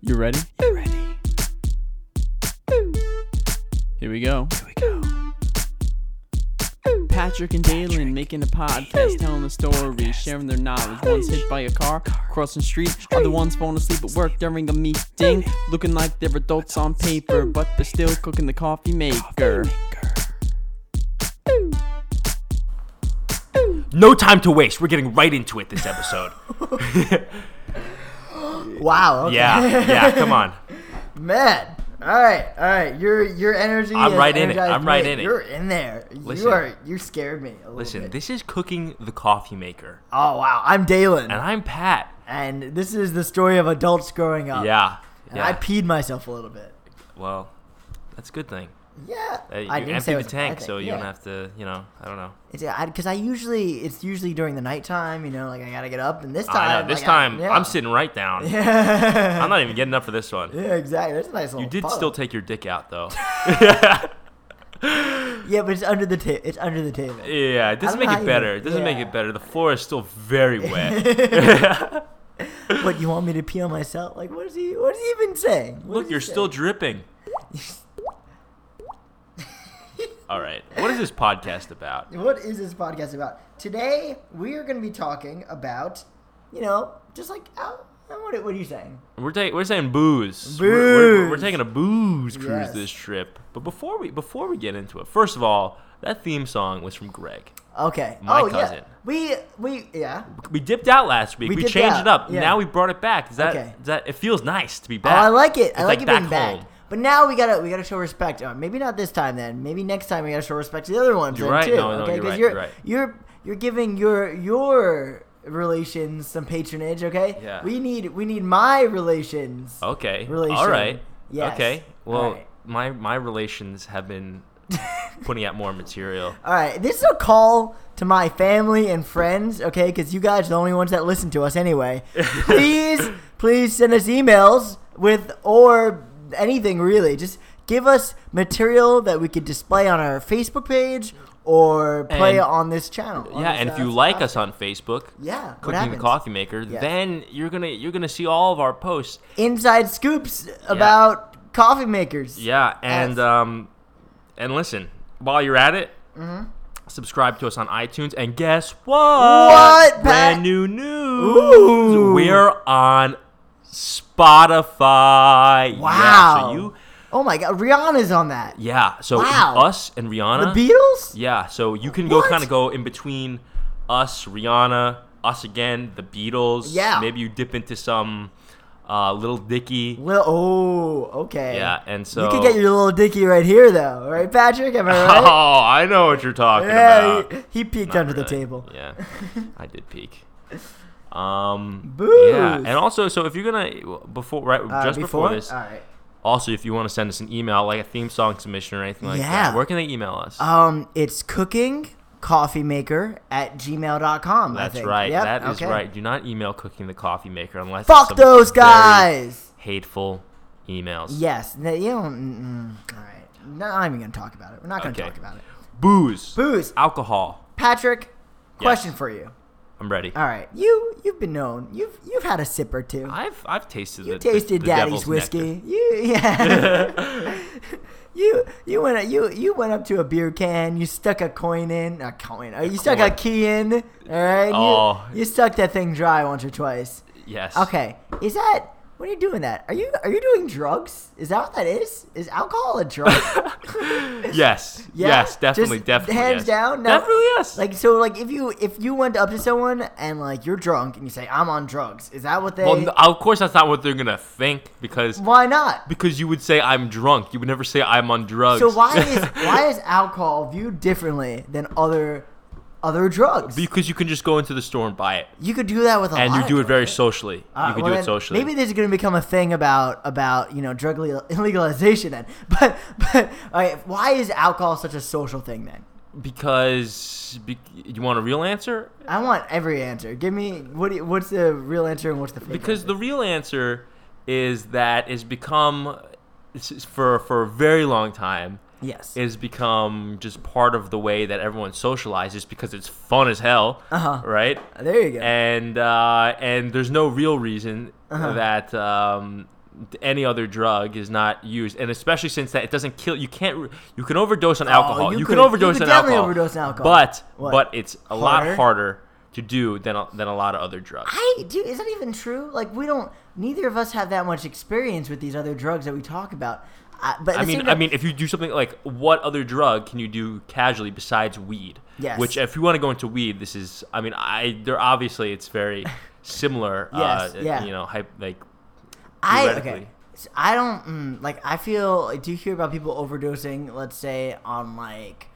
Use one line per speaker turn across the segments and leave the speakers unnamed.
You ready?
You ready? Ooh,
Here we go.
here we go. Ooh,
Patrick and Dalen making a podcast, telling the story, sharing their knowledge. One's hit by a car, crossing street. Other one's falling asleep at work during a meeting. Looking like they're adults on paper, but they're still cooking the coffee maker.
ooh, ooh.
No time to waste. We're getting right into it this episode.
Wow. Okay.
yeah, yeah, come on.
Man. All right. All right. Your your energy.
I'm
has
right in it,
energized
I'm right
me.
in it.
You're in there.
Listen.
you are. You scared me. A little
Listen,
bit.
this is Cooking the Coffee Maker,
Oh wow. I'm Dalen,
and I'm Pat.
and this is the story of adults growing up.
Yeah.
And I
yeah.
peed myself a little bit.
Well, that's a good thing.
Yeah.
Uh, you
I didn't
empty
say it
the
was a bad
tank,
thing.
so you
yeah.
don't have to, you know, I don't know.
It's because I, usually it's usually during the nighttime. You know, like I gotta get up, and this time.
I know. This
like,
time,
I, yeah.
I'm sitting right down.
Yeah.
I'm not even getting up for this one.
yeah. Exactly. That's a nice little.
You did
follow.
still take your dick out, though.
Yeah, but it's under the table. It's under the table.
Yeah, it doesn't
don't know
make
how
it
you-
better. It doesn't make
yeah.
it better. The floor is still very wet.
What you want me to pee on myself? Like, what is he? What is he even saying? What is
Look,
he
you're
saying?
still dripping. All right. What is this podcast about?
What is this podcast about? Today we are going to be talking about, you know, just like oh, what, what are you saying?
We're taking we're saying booze. We're, we're- we're
Booze.
taking a booze cruise
Yes.
this trip. But before we before we get into it, first of all, that theme song was from Greg.
Okay.
My
oh yeah.
cousin.
We we yeah.
We dipped out last week. We,
We dipped
changed
out,
it up.
yeah.
Now we brought it back. Is that
Okay.
is that it feels nice to be
Oh,
back?
I like it.
It's
I like,
like
it being
back
back.
home.
But now we gotta we gotta show respect. Uh, maybe not this time then. Maybe next time we gotta show respect to the other ones
You're
then
right.
too.
No, no,
okay,
you're right,
you're
you're right.
you're you're giving your your relations some patronage. Okay.
Yeah.
We need we need my relations.
Okay.
Relation.
All right.
Yes.
Okay.
All
Well,
right.
my my relations have been putting out more material.
All right, this is a call to my family and friends, okay? Because you guys are the only ones that listen to us anyway. Please, please send us emails with or anything really. Just give us material that we could display on our Facebook page or play
And-
on this channel. on
yeah,
this,
and if
uh,
you like us on Facebook,
yeah, what
clicking the
happens?
coffee maker,
Yes.
then you're gonna you're gonna see all of our posts.
Inside scoops about coffee makers.
Yeah, and
Yes.
um, and listen, while you're at it, subscribe to us on iTunes, and guess Mm-hmm. what?
What,
Brand
Pat?
new news.
Ooh.
We're on Spotify. Yeah,
Wow.
so you,
Oh my God, Rihanna's on that.
yeah. So
Wow.
us and
The
Rihanna.
Beatles.
Yeah, so you can go
What?
kind of go in between us, Rihanna, us again, the Beatles.
Yeah.
Maybe you dip into some uh, Little Dicky.
Well, oh, okay.
Yeah, and so.
You could get your little dicky right here, though, right, Patrick? Am I right?
Oh, I know what you're talking
yeah,
about.
he, he peeked
Not
under the
really.
table.
Yeah, I did peek. Um,
Booze.
Yeah, and also, so if you're gonna before right
Uh,
just before, this,
All right.
also if you want to send us an email like a theme song submission or anything like
Yeah.
that, where can they email us?
Um, it's cooking coffee maker at gmail.com. I
That's
think.
right.
Yep,
That is
okay.
right. Do not email cooking the coffee maker unless it's
Fuck
some
those
very
guys.
Hateful emails.
Yes. No, you don't. Mm, mm, all right. No, I'm not even going to talk about it. We're not going to
Okay.
talk about it.
Booze.
Booze.
Alcohol.
Patrick, question for you.
I'm ready.
All right. You, you've been known. You've, you've had a sip or two.
I've I've tasted.
You
the, the-
tasted
the
daddy's
devil's nectar.
whiskey. You yeah. you you went you you went up to a beer can. You stuck a coin in a coin. uh, you stuck a
coin.
key in. All right.
Oh.
You, you stuck that thing dry once or twice.
Yes.
Okay. Is that when you're doing that? Are you are you doing drugs? Is that what that is? Is alcohol a drug?
Yes.
Yeah?
Yes. Definitely.
Just
definitely.
hands
yes.
down? No.
Definitely yes.
like so like if you if you went up to someone and like you're drunk and you say I'm on drugs, is that what they?
well, no, of course that's not what they're gonna think because
why not?
because you would say I'm drunk. You would never say I'm on drugs.
So why is why is alcohol viewed differently than other other drugs?
because you can just go into the store and buy it,
you could do that with a
and
lot
you
of
do it
drugs,
very
right?
socially.
Uh,
you can
well,
do
then
it socially.
Maybe this is going to become a thing about about you know drug legal- legalization then. But but all right, why is alcohol such a social thing then?
because be, you want a real answer
I want every answer. Give me what do you- what's the real answer and what's the fake
because
answer?
the real answer is that it's become it's- it's for for a very long time
yes.
it's become just part of the way that everyone socializes because it's fun as hell
Uh-huh.
right
there you go. Uh-huh.
and uh, and there's no real reason that um, any other drug is not used, and especially since that it doesn't kill. You can't. You can overdose on alcohol.
Oh, you
you can
could-
overdose
you could
on
definitely
alcohol.
overdose on alcohol.
But
What?
but it's a lot
Harder?
harder to do than a, than a lot of other drugs.
I dude, is that even true? Like we don't. Neither of us have that much experience with these other drugs that we talk about. I, but at
I
the same
mean, I
time-
mean, if you do something like what other drug can you do casually besides weed?
Yes.
Which, if you want to go into weed, this is. I mean, I they're obviously it's very similar.
Yes,
uh,
yeah.
You know, hype like
I okay.
theoretically.
So I don't mm, like. I feel. Like, do you hear about people overdosing? Let's say on like,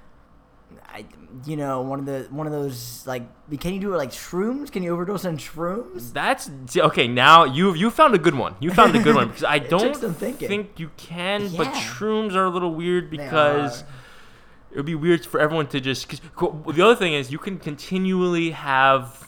I you know one of the one of those like. Can you do it like shrooms? Can you overdose on shrooms?
That's see, okay. Now you you found a good one. You found a good one because I don't
took some thinking.
think you can. But
Yeah.
shrooms are a little weird because it would be weird for everyone to just. Cause, co- the other thing is you can continually have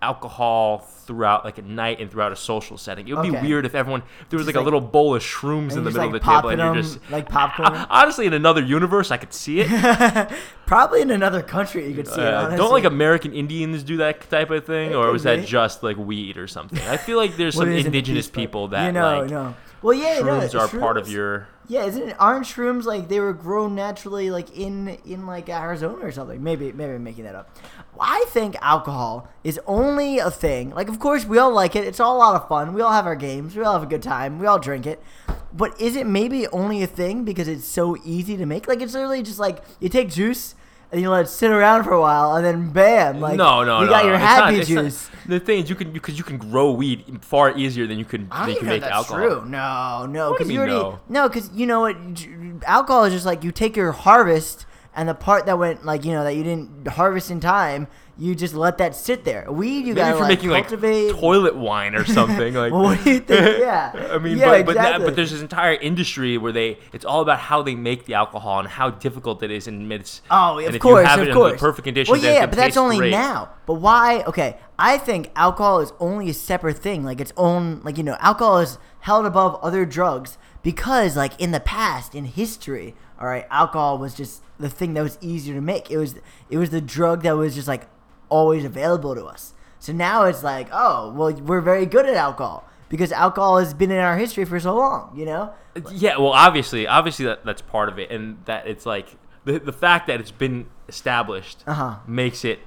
alcohol throughout like at night and throughout a social setting. It would
Okay.
be weird if everyone if there was like,
Just
a
like-
little bowl of shrooms in
and
the
just,
middle
like,
of the table and
popping
you're
them
just
like popcorn?
honestly in another universe I could see it.
Probably in another country you could see it.
Uh,
Honestly.
don't like American Indians do that type of thing,
It
or
could
was
be.
that just like weed or something? I feel like there's
Well,
some
it is in the
indigenous
peace book.
people that
you know,
like
no. Well, yeah, no,
shrooms are part of
shrooms-
your.
Yeah, isn't it? Aren't shrooms like they were grown naturally, like in in like Arizona or something? Maybe maybe I'm making that up. I think alcohol is only a thing. Like, of course, we all like it. It's all a lot of fun. We all have our games. We all have a good time. We all drink it. But is it maybe only a thing because it's so easy to make? Like, it's literally just like you take juice and you let it sit around for a while, and then bam, like
no, no,
you
no,
got
no,
your
it's not-
happy
it's not-
juice.
the thing is, you can because you, can grow weed far easier than you can than
I don't
you can
even know
make
if that's
alcohol.
true. No, no,
What do
because
you
you
mean,
already
no?
no, because you know what? j- Alcohol is just like you take your harvest and the part that went like you know that you didn't harvest in time, you just let that sit there. Weed,
Maybe
you
if
gotta
you're
like
making
cultivate.
like toilet wine or something. Like,
well, what do you think? Yeah,
I mean,
yeah,
but but, that,
exactly.
but there's this entire industry where they it's all about how they make the alcohol and how difficult it is and it's
Oh,
and
of
if
course,
you have
of
it
course.
in the perfect condition.
Well,
then
yeah,
it
but that's
tastes
only
great.
now. But why? Okay, I think alcohol is only a separate thing, like its own, like you know, alcohol is held above other drugs because, like in the past, in history, all right, alcohol was just the thing that was easier to make. It was, it was the drug that was just like always available to us. So now it's like, oh, well, we're very good at alcohol because alcohol has been in our history for so long, you know.
Yeah, well, obviously, obviously that, that's part of it, and that it's like the the fact that it's been established
Uh-huh.
makes it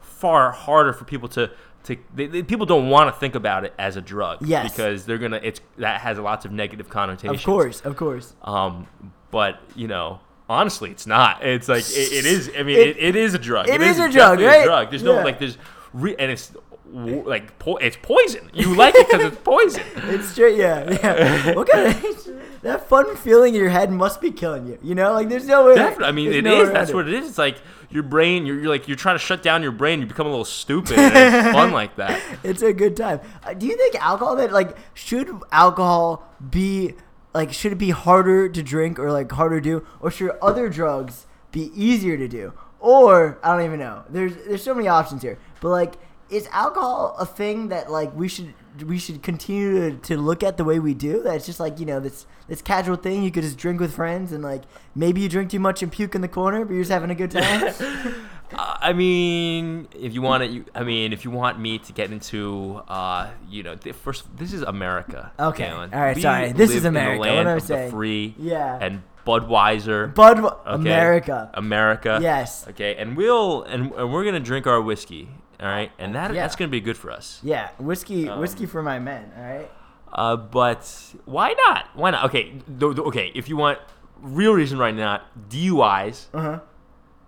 far harder for people to to they, they- people don't want to think about it as a drug,
Yes.
because they're gonna it's that has lots of negative connotations,
Of course, of course.
Um, but you know, honestly, it's not. It's like it, it is. I mean, it, it is a drug.
it is a drug,
definitely
right?
A drug. There's no
Yeah.
like there's re- and it's w- like po- it's poison. You like it because it's poison.
It's straight, yeah, yeah. What kind of that fun feeling in your head must be killing you? You know, like there's no way.
Definitely. I mean,
there's
it
no way
is.
around
That's what it is. It's like your brain. You're, you're like you're trying to shut down your brain. You become a little stupid. and it's fun like that.
It's a good time. Uh, do you think alcohol that like should alcohol be like should it be harder to drink or like harder to do or should other drugs be easier to do or I don't even know. There's there's so many options here, but like is alcohol a thing that like we should we should continue to, to look at the way we do that it's just like you know this this casual thing you could just drink with friends and like maybe you drink too much and puke in the corner but you're just having a good time
Uh, I mean, if you want it, you, I mean, if you want me to get into, uh, you know, th- first, this is America.
Okay.
Galen.
All right,
We
sorry. This is
live in the
America. What
land
am I
of the
saying?
free.
Yeah.
And Budweiser.
bud
okay?
america
America.
yes
Okay, and we'll and, and we're gonna drink our whiskey. All right, and that
Yeah.
that's gonna be good for us.
Yeah, whiskey,
Um,
whiskey for my men. All right.
Uh, but why not? Why not? Okay, th- th- okay. If you want real reason right now, DUIs
Uh huh.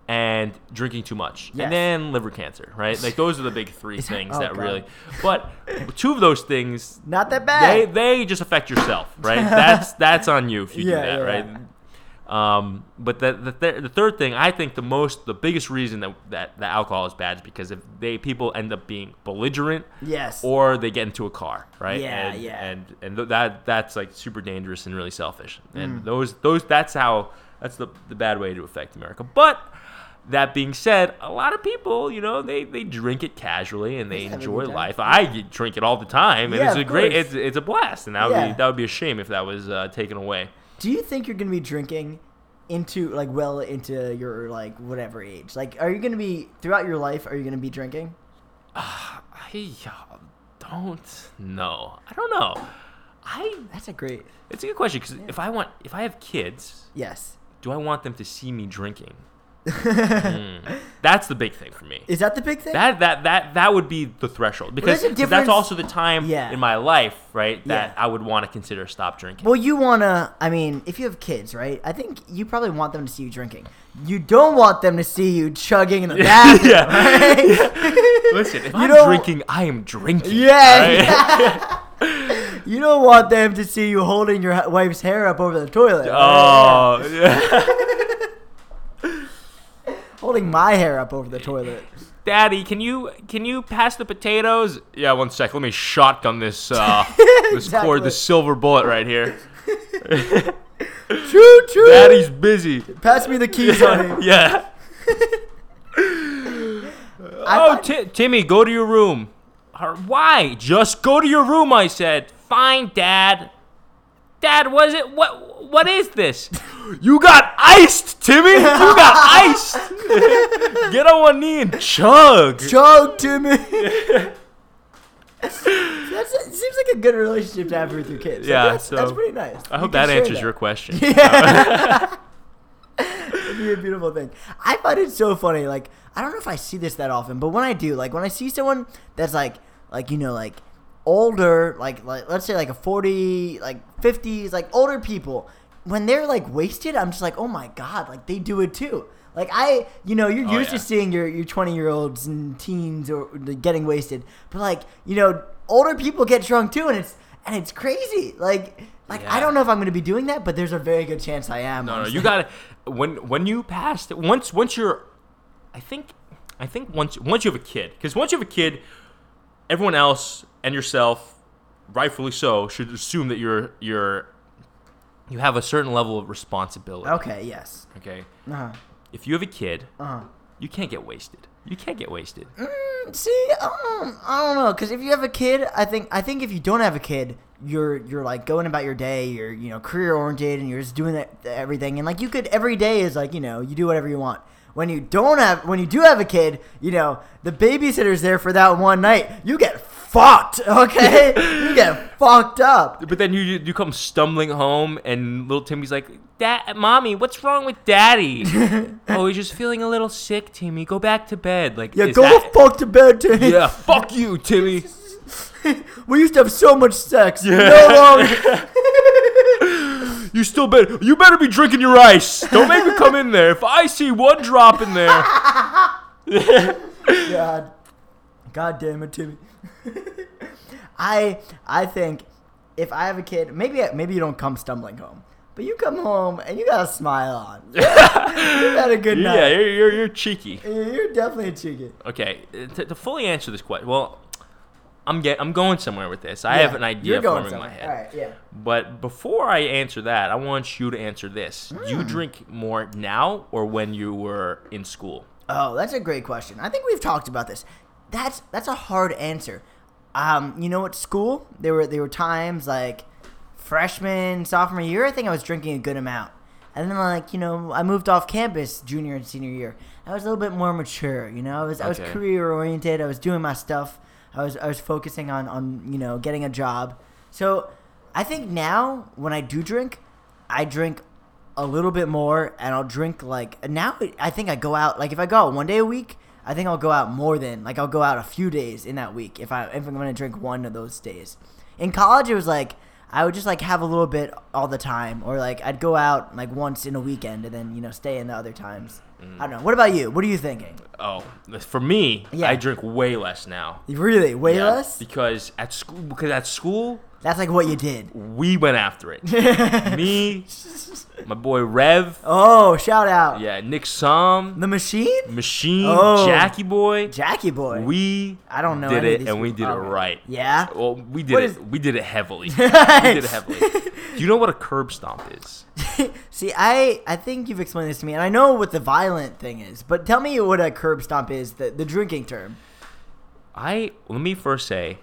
and drinking too much,
Yes.
and then liver cancer, right? Like those are the big three things
oh,
that
God.
really. But two of those things,
Not that
they
bad.
they just affect yourself, right? That's that's on you if you
Yeah,
do that,
yeah,
right? Um, but the the, th- the third thing I think the most the biggest reason that that, that alcohol is bad is because if they people end up being belligerent
yes.
or they get into a car, right?
Yeah,
and,
yeah.
And and th- that that's like super dangerous and really selfish. And
Mm.
those those that's how that's the the bad way to affect America. But that being said, a lot of people, you know, they, they drink it casually and they
have a good
enjoy
time.
life. I get- drink it all the time, and
Yeah,
it's a
of
great
course.
it's, it's a blast. And that would
Yeah.
be that would be a shame if that was uh, taken away.
Do you think you're gonna be drinking into like well into your like whatever age? Like, are you gonna be throughout your life? Are you gonna be drinking?
I uh, don't know. I don't know. I
That's a great.
it's a good question because if I want if I have kids,
Yes.
do I want them to see me drinking? Mm. That's the big thing for me.
Is that the big thing?
That that that that would be the threshold because
there's a
'cause
difference-
that's also the time
Yeah.
in my life, right, that
Yeah.
I would want to consider stop drinking.
Well, you want to, I mean, if you have kids, right? I think you probably want them to see you drinking. You don't want them to see you chugging in the bathroom,
Yeah.
right?
Listen, if
You
I'm
don't-
drinking, I am drinking.
Yeah. You don't want them to see you holding your ha- wife's hair up over the toilet. right?
all right? Oh, yeah.
Holding my hair up over the toilet.
Daddy, can you can you pass the potatoes? Yeah, one sec. Let me shotgun this uh, this
Exactly.
cord, this silver bullet right here.
Choo choo.
Daddy's busy.
Pass me the keys, honey.
Yeah. oh,
thought-
Ti- Timmy, go to your room. Her- Why? Just go to your room, I said. Fine, Dad. Dad, was it what? What is this? You got iced, Timmy. You got iced. Get on one knee and chug.
Chug to me. That's it seems like a good relationship to have with your kids. Like,
Yeah,
that's, that's
so-
pretty nice.
I hope that answers your question.
It'd be a beautiful thing. I find it so funny. Like I don't know if I see this that often, but when I do, like when I see someone that's like, like you know, like older, like, like let's say like a forty, like fifties, like older people, when they're like wasted, I'm just like, oh my god, like they do it too. Like I, you know, you're
Oh,
used
yeah.
to seeing your your twenty year olds and teens or like, getting wasted, but like you know, older people get drunk too, and it's and it's crazy. Like like I
Yeah.
don't know if I'm gonna be doing that, but there's a very good chance I am.
No, no,
honestly.
you got to when when you pass once once you're I think I think once once you have a kid cuz once you have a kid everyone else and yourself rightfully so should assume that you're you're you have a certain level of responsibility.
Okay. Yes.
Okay.
Uh huh.
If you have a kid,
Uh-huh.
you can't get wasted. You can't get wasted.
Mm, See, I don't, I don't know, because if you have a kid, I think I think if you don't have a kid, you're you're like going about your day, you're you know career oriented, and you're just doing that, everything, and like you could every day is like you know you do whatever you want. When you don't have, when you do have a kid, you know the babysitter's there for that one night. You get fucked, okay? you get fucked up.
But then you you come stumbling home, and little Timmy's like, "Dad, mommy, what's wrong with daddy? oh, he's just feeling a little sick, Timmy. Go back to bed." Like,
Yeah,
is
go
that-
fuck to bed, Timmy.
Yeah, fuck you, Timmy.
We used to have so much sex. No longer.
You still better. You better be drinking your ice. Don't make me come in there. If I see one drop in there,
God, God damn it, Timmy. I I think if I have a kid, maybe maybe you don't come stumbling home, but you come home and you got a smile on. you had a good
yeah,
night.
you're, you're, you're cheeky.
You're, you're definitely a cheeky.
Okay, to, to fully answer this question, well, I'm get, I'm going somewhere with this. I
Yeah,
have an idea
you're going
forming in my
somewhere.
head.
All right, yeah.
But before I answer that, I want you to answer this. Do
Hmm.
you drink more now or when you were in school?
Oh, that's a great question. I think we've talked about this. That's that's a hard answer. Um, you know, at school there were there were times like freshman, sophomore year. I think I was drinking a good amount, and then like you know I moved off campus junior and senior year. I was a little bit more mature. You know, I was I was
Okay.
career oriented. I was doing my stuff. I was I was focusing on on you know getting a job. So I think now when I do drink, I drink a little bit more, and I'll drink like now. I think I go out like if I go out one day a week, I think I'll go out more than like I'll go out a few days in that week if I if I'm gonna drink one of those days. In college, it was like I would just like have a little bit all the time, or like I'd go out like once in a weekend and then you know stay in the other times. I don't know. What about you? What are you thinking?
Oh, for me,
Yeah.
I drink way less now.
Really, way
Yeah,
less?
because at school because at school
That's like what you did.
we went after it. me, my boy Rev,
Oh, shout out.
yeah, Nick Som,
The machine?
Machine,
Oh.
Jackie Boy.
Jackie boy.
We
I don't know
did
any of
it
these
and we did
people.
it
Okay.
right.
yeah.
Well, we did
What
it.
is-
we did it heavily. we did it heavily. Do you know what a curb stomp is?
See, I I think you've explained this to me and I know what the violent thing is, but tell me what a curb stomp is, the the drinking term.
I let me first say,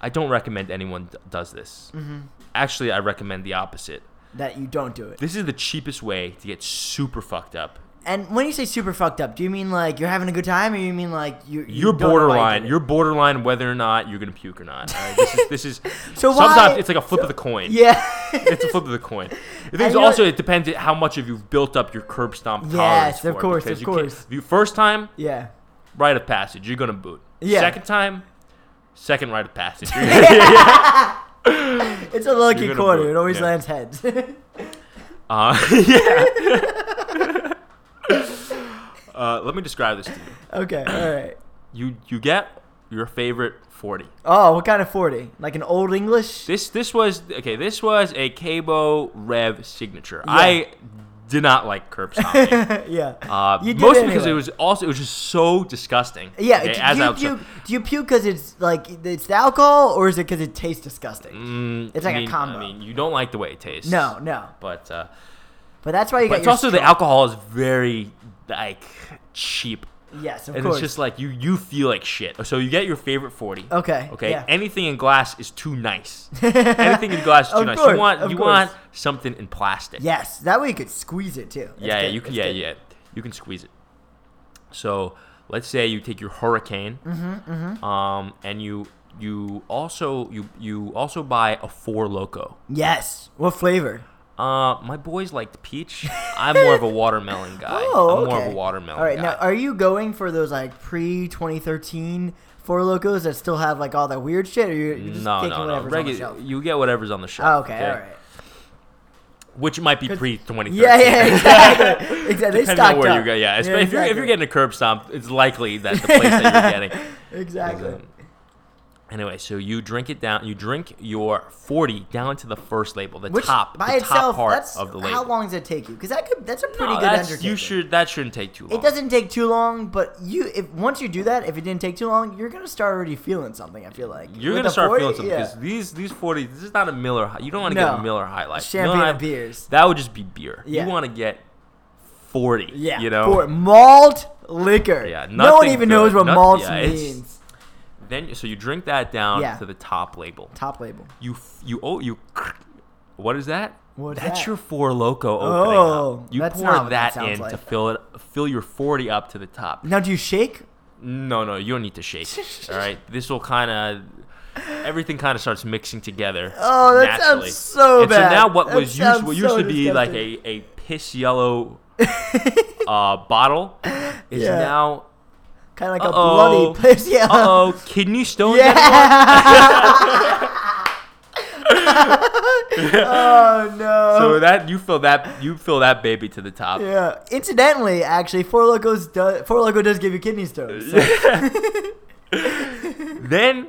I don't recommend anyone d- does this.
Mm-hmm.
Actually, I recommend the opposite.
That you don't do it.
This is the cheapest way to get super fucked up
And when you say super fucked up, do you mean like you're having a good time, or you mean like you, you
You're
don't know why you
borderline.
did it?
You're borderline whether or not you're gonna puke or not. all right? This is this is
So why-
sometimes it's like a flip of the coin.
yeah.
It's a flip of the coin. The thing is
you know-
also it depends on how much of you've built up your curb stomp
Yes,
tolerance.
of
for,
course,
because
of
you can't-
course.
if You first time,
yeah.
rite of passage. You're gonna boot.
Yeah.
Second time, second rite of passage.
It's a lucky
gonna
quarter.
boot,
It always
yeah.
lands heads.
uh, yeah. uh, let me describe this to you.
okay. All right.
You you get your favorite forty.
Oh, what kind of forty? Like an old English?
This this was okay. This was a Cabo Rev signature. I did not like curb stomping.
yeah.
Uh,
You did
mostly because
anyway.
it was also it was just so disgusting.
yeah.
okay,
do,
as
you
I was-
puke, do you puke because it's like it's the alcohol, or is it because it tastes disgusting?
Mm,
It's like
I
a
mean,
combo.
I mean, you don't like the way it tastes.
no, no.
but uh,
But that's why you
but
got.
it's
your
also the
strong-
alcohol is very like cheap,
Yes, of
and
course.
it's just like you you feel like shit. So you get your favorite forty.
Okay,
Okay.
yeah.
Anything in glass is too nice. Anything in glass is too
Of
nice.
course,
you want
of
you
course.
want something in plastic.
yes, that way you could squeeze it too.
yeah,
It's
yeah,
good,
you can.
it's
Yeah,
good.
yeah, you can squeeze it. So let's say you take your hurricane,
Mm-hmm,
um, and you you also you you also buy a four loco.
Yes. What flavor?
Uh, my boys liked peach. I'm more of a watermelon guy.
Oh,
I'm
okay.
more of a watermelon.
All right,
guy.
now are you going for those like pre 2013 Four Locos that still have like all that weird shit, or you're just
no,
taking
no, no.
whatever's on the
Regu-
shelf?
you get whatever's on the shelf.
Oh, okay, all right.
Which might be pre 2013.
Yeah, yeah, exactly. exactly. They
Depending on
stocked
where
up.
you go, yeah. It's, if you're if you're
exactly.
getting a curb stomp, it's likely that the place that you're getting
exactly.
Um, Anyway, so you drink it down. You drink your forty down to the first label, the
Which
top,
by
the
itself,
top part
that's
of the label.
how long does it take you? Because that could that's a
No,
pretty good
that's-
undertaking.
you should that shouldn't take too long.
It doesn't take too long, but you if once you do that, if it didn't take too long, you're gonna start already feeling something. I feel like
You're
With
gonna
a
start
40,
feeling something
yeah.
because these these forty. This is not a Miller. High. You don't want to get
No.
a Miller High Life. You
Champagne
wanna-
and beers.
That would just be beer.
Yeah.
You want to get forty.
Yeah,
You know.
for malt liquor.
Yeah,
no one
nothing
even
good.
knows what
Noth-
malt
yeah, it's-
means.
Then so you drink that down
Yeah.
to the top label.
Top label.
You f- you oh you. What is that?
What's
that's
that?
your four loco opening
Oh,
up. You
that's
pour
not what
that,
that sounds
in to
like.
fill it, fill your forty up to the top.
Now, do you shake?
No, no, you don't need to shake. all right, this will kind of everything kind of starts mixing together.
Oh, that sounds
naturally.
so
and
bad.
So now what
That
was used
sounds
what
so
used to be like
disgusting.
a a piss yellow uh, bottle is
Yeah.
now
Kind of like
Uh-oh.
a bloody piss. Yeah.
uh oh kidney stones.
Yeah. oh no.
So that you fill that you fill that baby to the top.
yeah. Incidentally, actually, Four Locos does Four Loco does give you kidney stones. so-
Then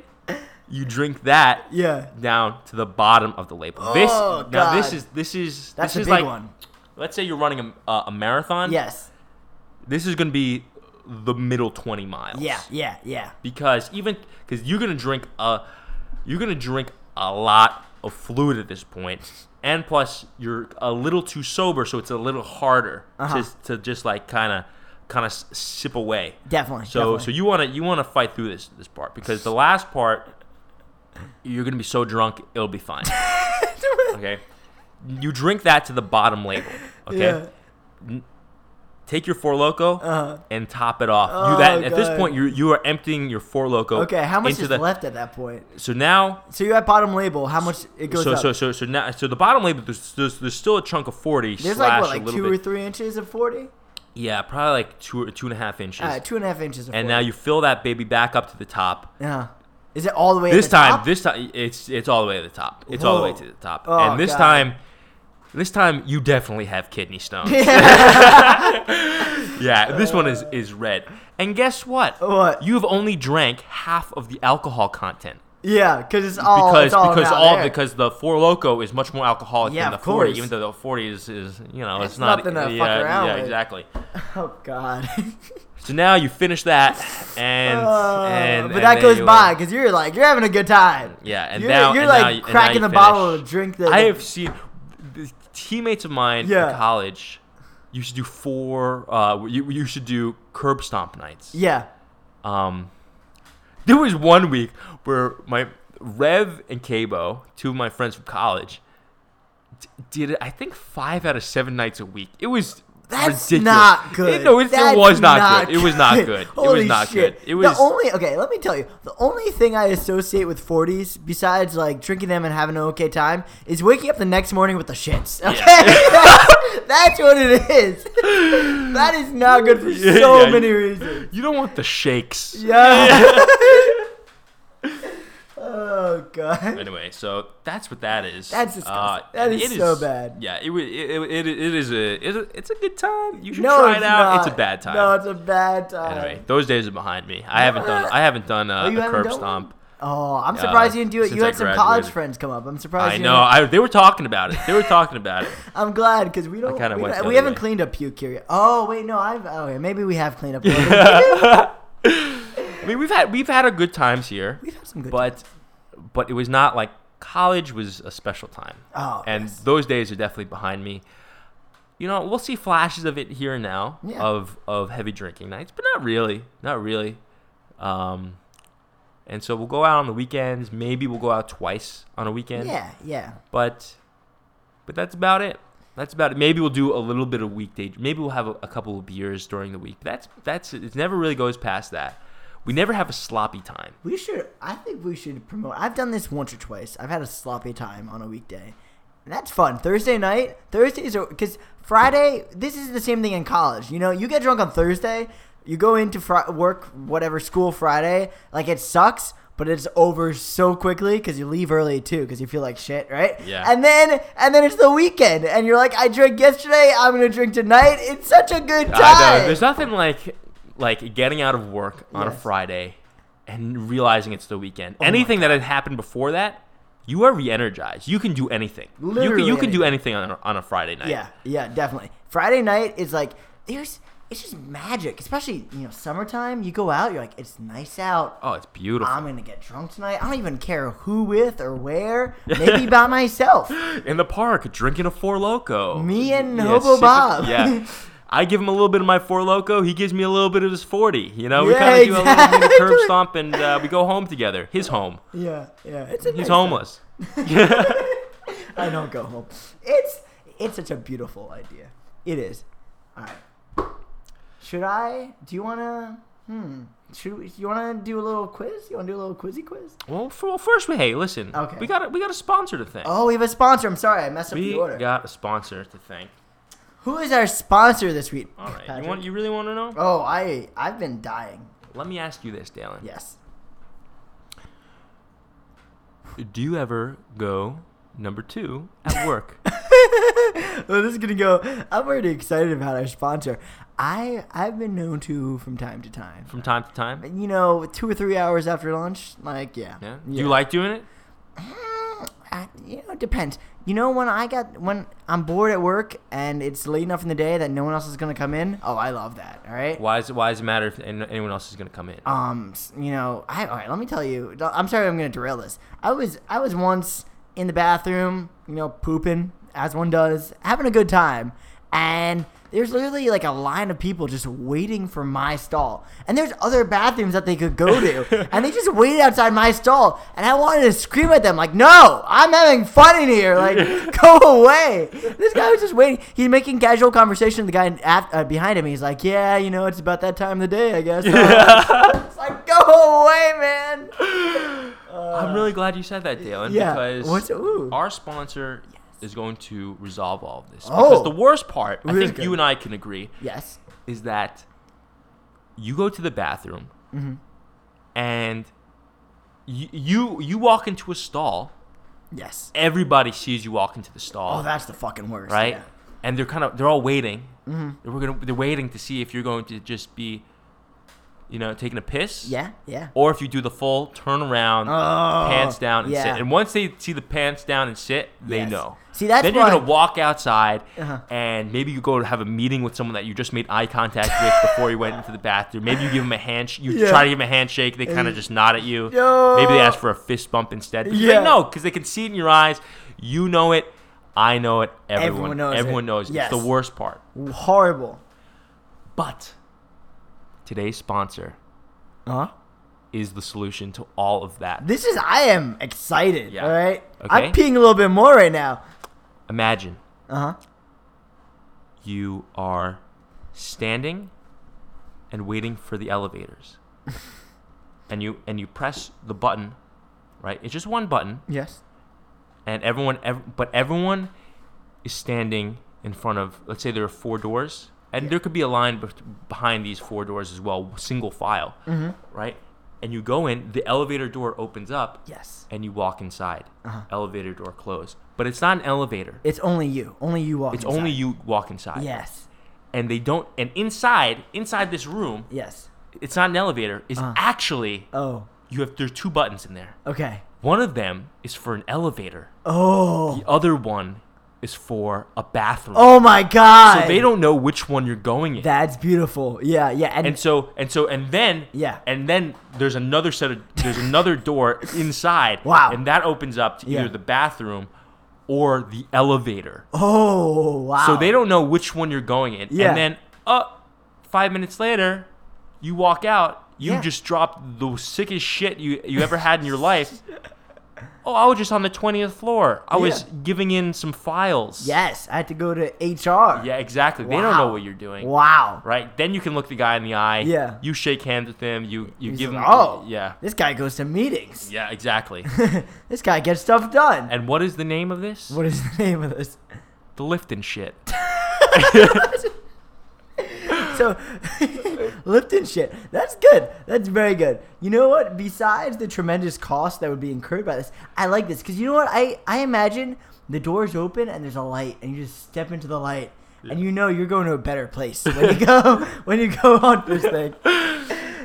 you drink that
yeah.
down to the bottom of the label. this
Oh,
now this
God.
is this is
That's
this
a
is
big
like
one.
let's say you're running a, uh, a marathon.
Yes.
This is going to be the middle 20 miles.
Yeah. Yeah. Yeah.
Because even cuz you're going to drink a you're going to drink a lot of fluid at this point. And plus you're a little too sober so it's a little harder
Uh-huh.
to to just like kind of kind of sip away.
Definitely.
So
definitely.
so you want to you want to fight through this this part because the last part you're gonna be so drunk it'll be fine. okay, you drink that to the bottom label. Okay,
Yeah.
take your four loco
Uh-huh.
and top it off. you
Oh,
that at this
God.
point you you are emptying your four loco.
Okay. How much
into
is
the,
left at that point?
So now.
So you have bottom label. How much it goes
So,
up?
so so so now so the bottom label there's, there's, there's still a chunk of forty
There's
slash
like what,
a
like
little
two
bit
or three inches of forty?
yeah probably like two or two and a half inches
Uh, two and a half inches of
and
40.
now you fill that baby back up to the top
Yeah. Is it all the way? at
this
the
time
top?
this time it's it's all the way to the top it's all the way
Whoa.
to the top
Oh,
and this
God.
time this time you definitely have kidney stones yeah this one is is red and guess what
Oh, What?
you've only drank half of the alcohol content
yeah, because it's all
because
Oh, it's all
because
down
all
there.
because the four loco is much more alcoholic
Yeah,
than the
of
forty,
course.
even though the forty is, is you know it's,
It's
not
nothing to fuck
yeah,
around
yeah
with.
exactly.
oh god.
So now you finish that and,
Uh,
and
but
and
that
then
goes
you-
by because you're like you're having a good time.
Yeah, and
you're,
now
you're
and now
like
you- and now
cracking
you
the bottle
finish.
to drink. The,
I have seen th- teammates of mine
Yeah.
in college used to do four. Uh, you, you should do curb stomp nights.
yeah.
Um, there was one week where my Rev and Cabo, two of my friends from college, d- did it. I think five out of seven nights a week. It was
That's
ridiculous.
not good.
It- no, it- it
That's
was not good. It was not good. It was
Holy
not
shit.
good. It was-
the only okay. Let me tell you, the only thing I associate with 40s, besides like drinking them and having an okay time, is waking up the next morning with the shits. Okay, that's, that's what it is. that is not good for
Yeah,
so
yeah.
many reasons.
You don't want the shakes.
Yeah. oh god.
Anyway, so that's what that is. Uh,
That's disgusting. That
and
is so bad.
Yeah, it wa- it, it, it is a it, is- it's a good time. You should
No,
try it
it's
out.
Not.
It's a bad time.
No, it's a bad time.
anyway, those days are behind me. I haven't done I haven't done uh,
Oh, you
a
haven't
curb
done one?
stomp.
Oh, I'm surprised you didn't do it.
since
You
I
had some college
graduated.
friends come up. I'm
I
surprised. you
know.
didn't-
I, they were talking about it. They were talking about it.
I'm glad because we don't.
kinda
We,
went the
we
other
haven't
way.
cleaned up puke here. Oh wait, no. I've. Oh yeah, maybe we have cleaned up. a little bit.
I mean, we've had we've had our good times here,
We've had some good.
but but it was not like college was a special time.
Oh,
and
yes.
those days are definitely behind me. You know, we'll see flashes of it here and now
Yeah.
of of heavy drinking nights, but not really, not really. Um, and so we'll go out on the weekends. Maybe we'll go out twice on a weekend.
yeah, yeah.
but but that's about it. That's about it. Maybe we'll do a little bit of weekday. Maybe we'll have a, a couple of beers during the week. That's that's it. It never really goes past that. We never have a sloppy time.
We should. I think we should promote. I've done this once or twice. I've had a sloppy time on a weekday, and that's fun. Thursday night. Thursdays are because Friday. This is the same thing in college. You know, you get drunk on Thursday. You go into fr- work, whatever school Friday. Like it sucks. But it's over so quickly because you leave early too because you feel like shit, right?
Yeah.
And then and then it's the weekend and you're like, I drank yesterday, I'm gonna drink tonight. It's such a good time.
I know. There's nothing like like getting out of work on a
Yes. Oh
Friday and realizing it's the weekend. anything that had happened before that, you are re-energized. You can do anything. you can,
Literally
you can do anything on a, on a Friday night.
Yeah, yeah, definitely. Friday night is like there's it's just magic, especially you know summertime. You go out, you're like it's nice out.
Oh, it's beautiful.
I'm gonna get drunk tonight. I don't even care who with or where. Maybe by myself.
in the park drinking a four loco.
Me and
Yeah,
Hobo
sip it-
Bob.
yeah. I give him a little bit of my four loco. He gives me a little bit of his forty. You know, we
Yeah,
kind of do a little mini curb
exactly.
stomp, and uh, we go home together. His home.
yeah, yeah. It's a
He's
nice
homeless.
time. I don't go home. It's it's such a beautiful idea. It is. All right. Should I? Do you wanna? Hmm. Should we, you wanna do a little quiz? You wanna do a little quizzy quiz?
Well, for, well, first we hey, listen.
Okay.
We got we got to sponsor the thing.
Oh, we have a sponsor. I'm sorry, I messed up
we
the order.
got a sponsor to thank.
Who is our sponsor this week?
All right.
Patrick?
You want you really want to know?
Oh, I I've been dying.
Let me ask you this, Dalen.
Yes.
Do you ever go number two at work?
Well, this is gonna go. I'm already excited about our sponsor. I I've been known to from time to time.
From time to time?
You know, two or three hours after lunch, like yeah.
Yeah. Do you like doing it?
Mm, I, you know, it depends. You know, when I got when I'm bored at work and it's late enough in the day that no one else is gonna come in. Oh, I love that. All right.
Why is it why does it matter if an- anyone else is going to come in?
um s- you know i all right let me tell you i'm sorry i'm gonna derail this i was i was once in the bathroom you know pooping as one does having a good time and there's literally like a line of people just waiting for my stall and there's other bathrooms that they could go to and they just waited outside my stall and i wanted to scream at them like no i'm having fun in here like go away this guy was just waiting he's making casual conversation with the guy in- af- uh, behind him he's like yeah you know it's about that time of the day i guess it's like, go away, man.
I'm really glad you said that, Dalen,
yeah.
because
What's- ooh.
our sponsor is going to resolve all of this.
Oh.
Because the worst part, I
Really
think you
good.
and I can agree,
Yes.
is that you go to the bathroom
Mm-hmm.
and you, you you walk into a stall,
Yes.
everybody sees you walk into the stall,
Oh, that's the fucking worst.
right?
Yeah.
And they're kind of they're all waiting. Mm-hmm. We're gonna, they're waiting to see if you're going to just be you know, taking a piss.
Yeah. yeah.
Or if you do the full turnaround,
Oh,
pants down and
yeah.
sit. And once they see the pants down and sit, they
Yes.
know.
See, that's
then you're gonna
why-
walk outside,
Uh-huh.
and maybe you go to have a meeting with someone that you just made eye contact with before you went into the bathroom. Maybe you give them a handshake. You
Yeah.
try to give them a handshake. They kind of just nod at you.
Yo.
Maybe they ask for a fist bump instead. Because
Yeah.
They know because they can see it in your eyes. You know it. I know it. Everyone,
Everyone knows it.
Everyone knows
Yes.
It's the worst part.
Horrible.
But today's sponsor
Huh?
is the solution to all of that.
This is. I am excited.
Yeah.
All right.
Okay.
I'm peeing a little bit more right now.
Imagine
Uh huh.
you are standing and waiting for the elevators. and you and you press the button, right? It's just one button
Yes.
and everyone ev- but everyone is standing in front of let's say there are four doors and there could be a line bef- behind these four doors as well single file right and you go in the elevator door opens up
Yes.
and you walk inside elevator door closed but it's not an elevator
It's only you. Only you walk.
it's only
inside.
you walk inside
Yes.
and they don't and inside inside this room
Yes.
it's not an elevator it's
Uh.
actually
Oh.
you have there's two buttons in there
Okay.
one of them is for an elevator
Oh.
the other one is for a bathroom
Oh my God.
so they don't know which one you're going in.
That's beautiful. Yeah. Yeah. And,
and so and so and then
Yeah.
and then there's another set of there's another door inside.
Wow.
And that opens up to
Yeah.
either the bathroom or the elevator.
oh wow.
So they don't know which one you're going in.
Yeah.
And then uh five minutes later, you walk out, you
Yeah.
just dropped the sickest shit you, you ever had in your life. Oh, I was just on the twentieth floor. I was
Yeah.
giving in some files.
Yes, I had to go to HR.
Yeah, exactly. They don't know
Wow.
what you're doing.
Wow.
right? Then you can look the guy in the eye.
Yeah.
You shake hands with him. You you
He's
give him.
like, oh.
Yeah.
This guy goes to meetings.
Yeah. Exactly.
This guy gets stuff done.
and what is the name of this?
what is the name of this?
The Lifton shit.
So, Lipton shit. That's good. That's very good. You know what? Besides the tremendous cost that would be incurred by this, I like this because you know what? I I imagine the doors open and there's a light, and you just step into the light, and you know you're going to a better place when you go when you go on this thing.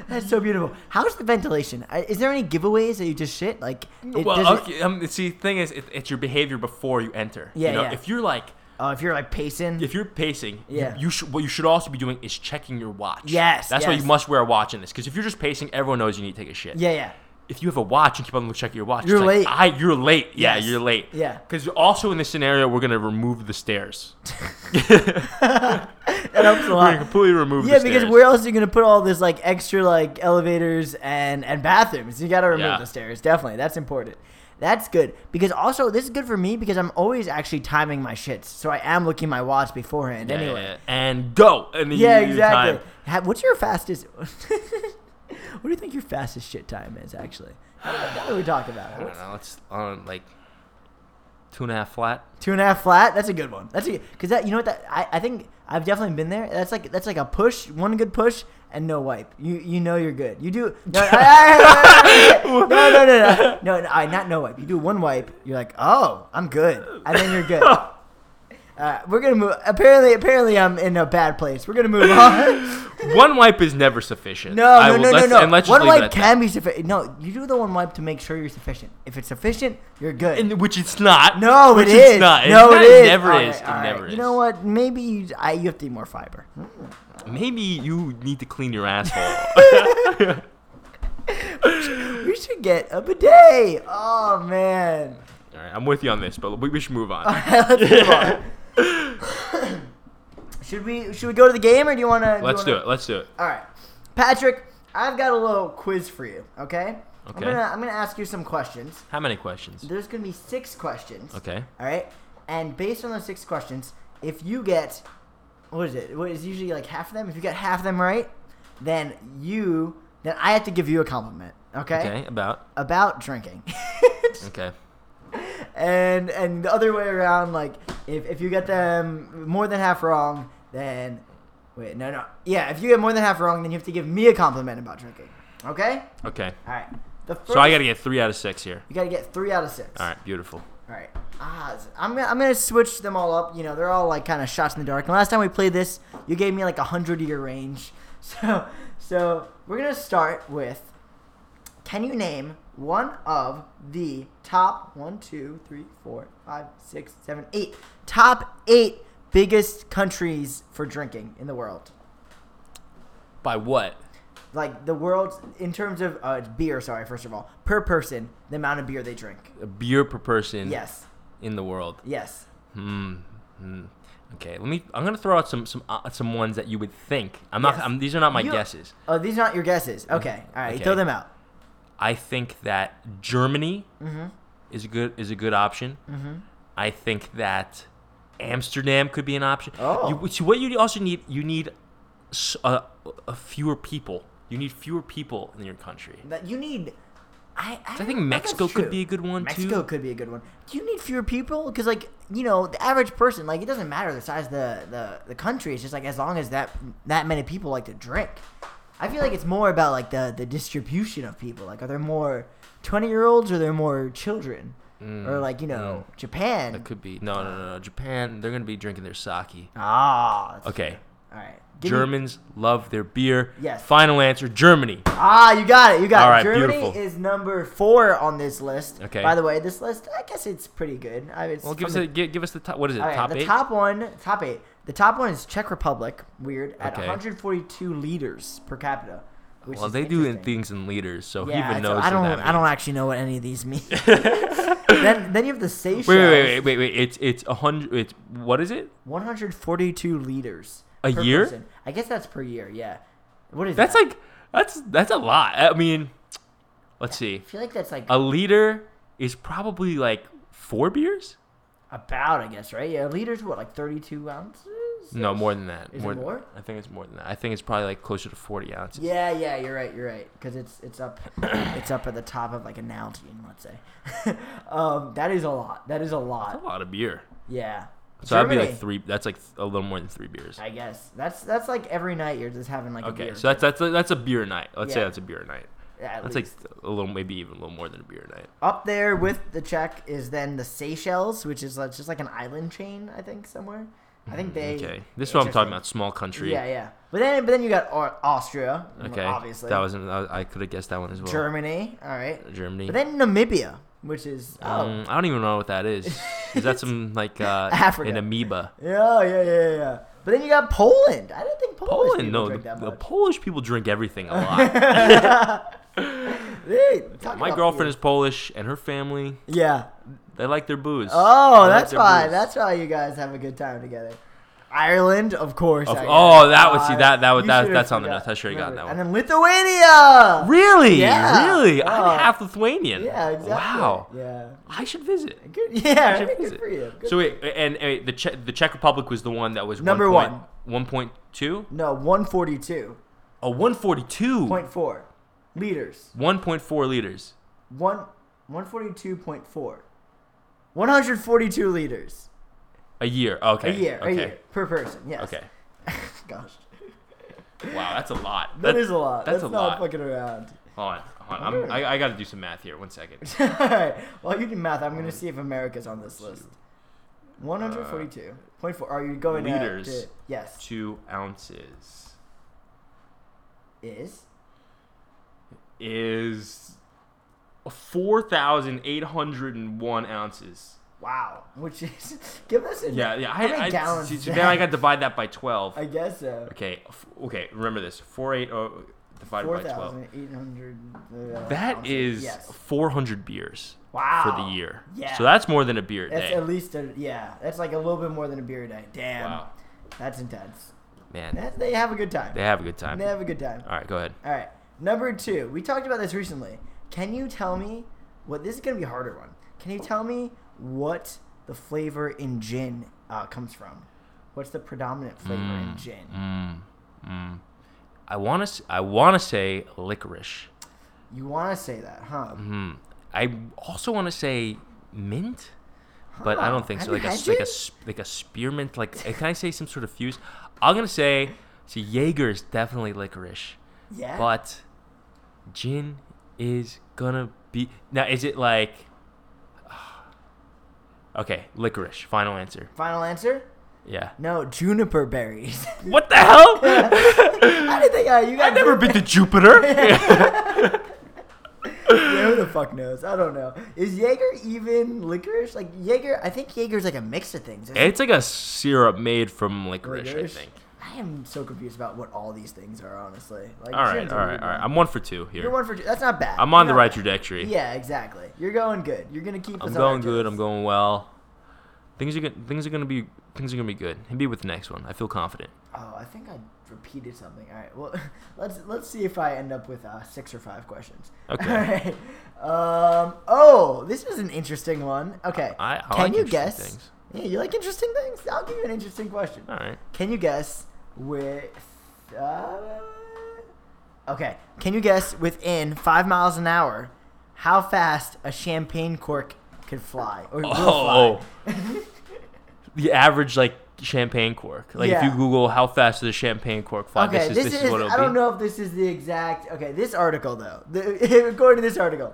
That's so beautiful. How's the ventilation? I- Is there any giveaways that you just shit like? It
well,
doesn't-
okay, um, see, the thing is, it, it's your behavior before you enter.
Yeah,
You know,
yeah.
If you're like,
Oh, if you're like pacing,
if you're pacing,
Yeah.
you, you should. What you should also be doing is checking your watch.
Yes,
That's why you
yes.
must wear a watch in this, because if you're just pacing, everyone knows you need to take a shit.
yeah, yeah.
If you have a watch and keep on checking your watch,
You're
it's
late.
Like, I, you're late. Yeah,
Yes.
you're late.
Yeah.
Because also in this scenario, we're gonna remove the stairs.
That helps a
We're gonna
lot.
completely remove.
Yeah,
the
because
stairs.
where else are you gonna put all this like extra like elevators and and bathrooms? You gotta remove
Yeah.
the stairs. Definitely, that's important. That's good because also this is good for me because I'm always actually timing my shits, so I am looking my watch beforehand.
Yeah, yeah,
anyway,
yeah. and go. And then you-
yeah,
you
exactly.
time.
Ha- what's your fastest? what do you think your fastest shit time is? Actually, what do we talk about?
I
What's-
don't know. It's on like two and a half flat.
Two and a half flat. That's a good one. That's a because that you know what that I, I think I've definitely been there. That's like that's like a push, one good push, and no wipe. You you know you're good. You do no I- I- no no no no no, no, no, I- not no wipe. You do one wipe. You're like oh I'm good, and then you're good. Uh, we're gonna move. Apparently, apparently, I'm in a bad place. We're gonna move on.
One wipe is never sufficient.
No,
I
no,
will-
no, no,
let's-
no.
And let's just
one
leave it
wipe
at that.
can be sufficient. No, you do the one wipe to make sure you're sufficient. If it's sufficient, you're good.
And- which it's not.
No,
which
it
it's
is.
Not.
No,
It's-
it is.
Never
All
is.
right,
It
all right.
never is.
You know what? Maybe you, I, you have to eat more fiber.
Maybe you need to clean your asshole.
We should get a bidet. Oh man.
All right, I'm with you on this, but we, we should move on.
Let's move on. should we should we go to the game or do you want to?
Let's do it. Let's do it.
All right, Patrick. I've got a little quiz for you. Okay. I'm
Okay.
gonna I'm gonna ask you some questions.
How many questions?
There's gonna be six questions.
Okay.
All right. And based on those six questions, if you get, what is it? What is usually like half of them? If you get half of them right, then you, then I have to give you a compliment. Okay.
Okay. About.
About drinking.
Okay.
and and the other way around, like if if you get them more than half wrong, then wait, no, no, yeah. If you get more than half wrong, then you have to give me a compliment about drinking. Okay.
Okay.
All right. The first,
So I got to get three out of six here.
You gotta get three out of six.
All right. Beautiful.
All right. Ah, s- I'm gonna, I'm gonna switch them all up. You know, they're all like kind of shots in the dark. And last time we played this, you gave me like a hundred year range. So so we're gonna start with. Can you name one of the top one, two, three, four, five, six, seven, eight top eight biggest countries for drinking in the world?
By what?
Like the world's in terms of uh, beer. Sorry, first of all, per person, the amount of beer they drink.
A beer per person.
Yes.
In the world.
Yes.
Hmm. hmm. Okay. Let me. I'm gonna throw out some some uh, some ones that you would think. I'm not.
Yes.
I'm, these are not my
You-
guesses.
Oh, these are not your guesses. Okay. All right.
Mm. Okay.
Throw them out.
I think that
Mm-hmm.
Germany is a good is a good option. I think that Amsterdam could be an option.
Oh.
You, so what you also need you need s- a, a fewer people. You need fewer people in your country.
But you need. I, I,
So I think
don't know if
Mexico
that's
could
true.
be a good one, too.
Mexico could be a good one. Do you need fewer people? Because like you know, the average person like it doesn't matter the size of the the the country. It's just like as long as that that many people like to drink. I feel like it's more about like the the distribution of people. Like, are there more twenty year olds or are there more children? or like you know, Japan.
Mm. That could be no, no, no, no. Japan, they're gonna be drinking their sake.
ah, that's-
Okay,
All right. Give me-
Germans love their beer.
Yes.
Final answer, Germany.
Ah, you got it. You got
All
it.
right,
Germany
beautiful.
is number four on this list.
Okay.
By the way, this list, I guess it's pretty good. I mean, it's
Well, give
from
us
the-
a, give, give us the top. What is it?
All right,
top
the
eight.
top one, top eight. The top one is Czech Republic. Weird at
Okay.
142 liters per capita. Which
well,
is
they do in
interesting.
things in liters, so
Yeah,
he even
it's-
knows.
I
what
don't.
that
I don't
means.
actually know what any of these mean. then, then you have the Seychelles.
Wait, wait, wait, wait, wait. It's it's a hundred. It's what is it?
142 liters
A
per
year?
person. I guess that's per year. Yeah. What is
That's
that?
like that's that's a lot. I mean, let's see.
I feel like that's like
A liter is probably like four beers.
about. I guess right. Yeah, liters. What like 32 ounces?
No, more than that.
Is it
than-
more?
I think it's more than that. I think it's probably like closer to forty ounces.
Yeah, yeah, you're right, you're right, because it's it's up, it's up at the top of like an Nalgene, let's say. um, that is a lot. That is a
That's
lot.
a lot of beer.
Yeah.
So that'd be
Germany,
like three. That's like a little more than three beers.
I guess that's that's like every night you're just having like a
Okay,
beer.
so that's that's a, that's a beer night. Let's say
Yeah.
that's a beer night.
at
That's like
least.
a little, maybe even a little more than a beer night.
up there with the Czech is then the Seychelles, which is like, just like an island chain, I think somewhere. I think they.
Okay, this is what I'm talking
Interesting.
about. Small country.
Yeah, yeah. But then but then you got Au- Austria,
Okay,
obviously.
that was I could have guessed that one as well.
Germany. All right.
Germany.
But then Namibia, which is oh
Um, I don't even know what that is. Is that some like uh,
Africa.
an amoeba?
Yeah, yeah, yeah, yeah. But then you got Poland. I didn't think Polish
Poland?
people
No, the,
drink that
the
much.
Polish people drink everything a lot.
Hey, talk
My
about
girlfriend
beer.
is Polish, and her family
Yeah.
they like their booze.
Oh,
They like
that's
their
why.
booze.
That's why you guys have a good time together. Ireland, of course.
Of-
I-
oh, that would- see,
Uh,
that- that would-
you
that-
should've
that's on the
forgot-
list. I should've gotten
remembered.
that
And then Lithuania.
really,
Yeah.
really.
Oh.
I'm half Lithuanian.
Yeah, exactly.
Wow,
Yeah.
I should visit.
Good. Yeah.
Should
right?
visit.
Good for you. Good
so wait, and, and the Czech, the Czech Republic was the one that was
Number one.
one point two.
no, 142.4
Oh, 142.
liters.
1.4 liters.
One, 142.4. 142 liters.
A year. Okay.
A year,
Okay.
a year per person. Yes.
Okay.
Gosh,
Wow, that's a lot.
that is a lot. That's,
That's, a lot.
not fucking around.
Hold on. Hold on. I'm, I, I got to do some math here. One second.
All right. Well, you do math. I'm gonna see if America's on this list. One hundred forty-two point four. Are you going uh,
liters.
to- yes.
Two ounces
Is
is 4,801 ounces.
wow. Which is give us a
Yeah, yeah.
How many
I, I,
gallons?
see,
is
so then I
that?
got to divide that by 12.
I guess uh, so.
okay. f- Okay. Remember this. 480 divided
Four
by 12.
thousand eight hundred. Uh,
That
ounces.
is
yes.
400 beers
Wow.
for the year.
Yeah.
So that's more than a beer a
That's
day.
at least a yeah. That's like a little bit more than a beer a day. Damn.
Wow.
That's intense.
Man,
That, they have a good time.
they have a good time.
They have a good time.
All right, go ahead.
All right. Number two. We talked about this recently. Can you tell me what this is going to be a harder one? Can you tell me what the flavor in gin uh, comes from? What's the predominant flavor
Mm.
in gin?
I want to. I want to say licorice.
You want to say that, huh?
Mm. Hmm. I also want to say mint, but I don't think
Huh,
so. Like a s- like a s- like a spearmint. Like eh, can I say some sort of fuse? I'm gonna say. So Jaeger is definitely licorice,
Yeah.
but gin is gonna be now. Is it like? Okay, licorice. Final answer.
Final answer?
Yeah.
No, juniper berries.
What the hell?
I didn't think uh, you guys
I've never been to Jupiter.
who the fuck knows? I don't know. Is Jaeger even licorice? Like Jaeger, I think Jaeger's like a mix of things. isn't it?
It's like a syrup made from licorice,
Licorice?
I think.
I am so confused about what all these things are, honestly. Like,
All right,
gin's a
all right,
weird
all right.
one.
I'm one for two here.
You're one for two. That's not bad.
I'm on the
You're not
right
bad.
trajectory.
Yeah, exactly. You're going good. You're gonna keep.
I'm
us
going
on
good. I'm going well. Things are going. Things are going to be. Things are going to be good. And be with the next one. I feel confident.
Oh, I think I repeated something. All right. Well, let's let's see if I end up with uh, six or five questions.
Okay.
All right. Um. Oh, this is an interesting one. Okay.
I, I
Can
like
you
interesting
guess
Things.
Yeah, you like interesting things? I'll give you an interesting question.
All right.
Can you guess with? Uh, okay. Can you guess within five miles an hour how fast a champagne cork could fly or will
Oh.
fly?
the average like champagne cork. Like if
Yeah.
you Google how fast does a champagne cork fly,
Okay,
Oh, this is this, is, what it'll
I don't
be.
know if this is the exact. Okay, this article though. The, according to this article,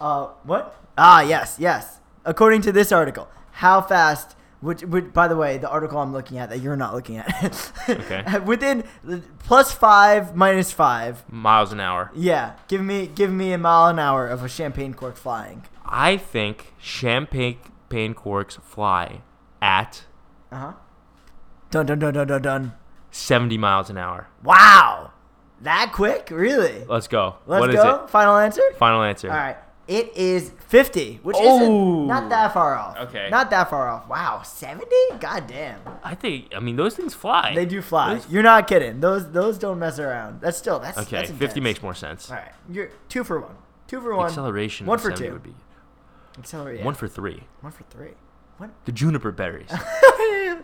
uh, what? Ah, yes, yes. According to this article, how fast? Which, which, by the way, the article I'm looking at that you're not looking at.
Okay.
Within the- plus five, minus five.
Miles an hour.
Yeah, give me give me a mile an hour of a champagne cork flying.
I think champagne pain corks fly at
Uh huh. Dun dun dun dun dun dun.
70 miles an hour.
Wow, that quick, really?
Let's go.
Let's
What is
go. Final answer.
it? Final answer.
All right. It is 50, which
Oh.
isn't not that far off.
Okay.
Not that far off. Wow, 70? God damn.
I think I mean those things fly.
They do fly.
Those-
You're not kidding. Those those don't mess around. That's still that's
Okay,
that's
50
intense.
makes more sense.
All right. You're 2 for 1. 2 for 1.
Acceleration.
One
of
for
70
two.
Would be
Accelerate.
One for three.
1 for 3. One.
The juniper berries.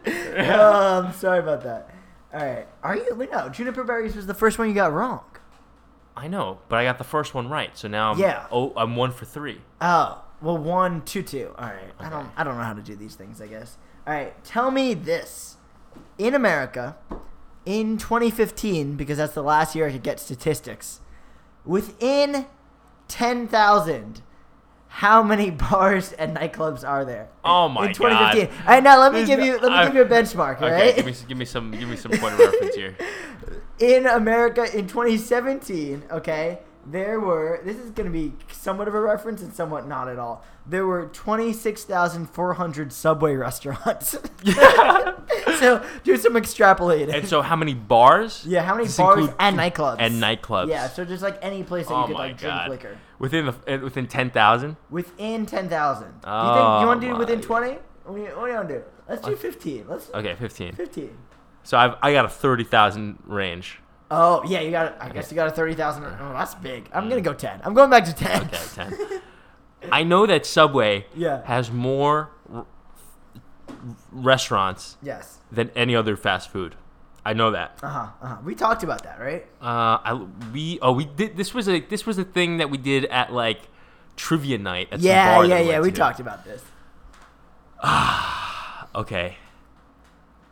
um, sorry about that. All right. Are you wait, no, juniper berries was the first one you got wrong.
I know, but I got the first one right, so now I'm
Yeah.
oh I'm one for three.
Oh, well, one, two, two. All right. I don't,
Okay.
I don't know how to do these things. I guess. All right. Tell me this: in America, in 2015, because that's the last year I could get statistics, within 10,000, how many bars and nightclubs are there?
Oh my
In 2015.
God.
All right. Now let me
This-
give you, let me
I-
give you a benchmark. All
Okay,
right.
give me give me some give me some point of reference here.
in America in 2017, okay, there were, this is going to be somewhat of a reference and somewhat not at all. There were 26,400 Subway restaurants. so do some extrapolating.
And so how many bars?
yeah, how many
This
bars
include-
and nightclubs?
and nightclubs.
Yeah, so just like any place that
Oh
you could
my
like
God.
drink liquor.
Within the uh, within ten thousand?
Within 10,000. Do you, think, you
Oh
want to do
my- Uh.
within 20? What do you, what do you want to do? Let's do 15. Let's do
Okay, fifteen.
15.
So I've I got a thirty thousand range.
Oh yeah, you got. I guess you got a thirty thousand. Oh, that's big. I'm gonna go ten. I'm going back to ten.
Mm. Okay, ten. I know that Subway
Yeah.
has more r- restaurants
Yes.
than any other fast food. I know that.
Uh huh. Uh huh. We talked about that, right?
Uh, I, we oh we did this was a this was a thing that we did at like trivia night at some
yeah,
bar that
yeah,
we
yeah.
went
We
to.
talked about this.
Okay.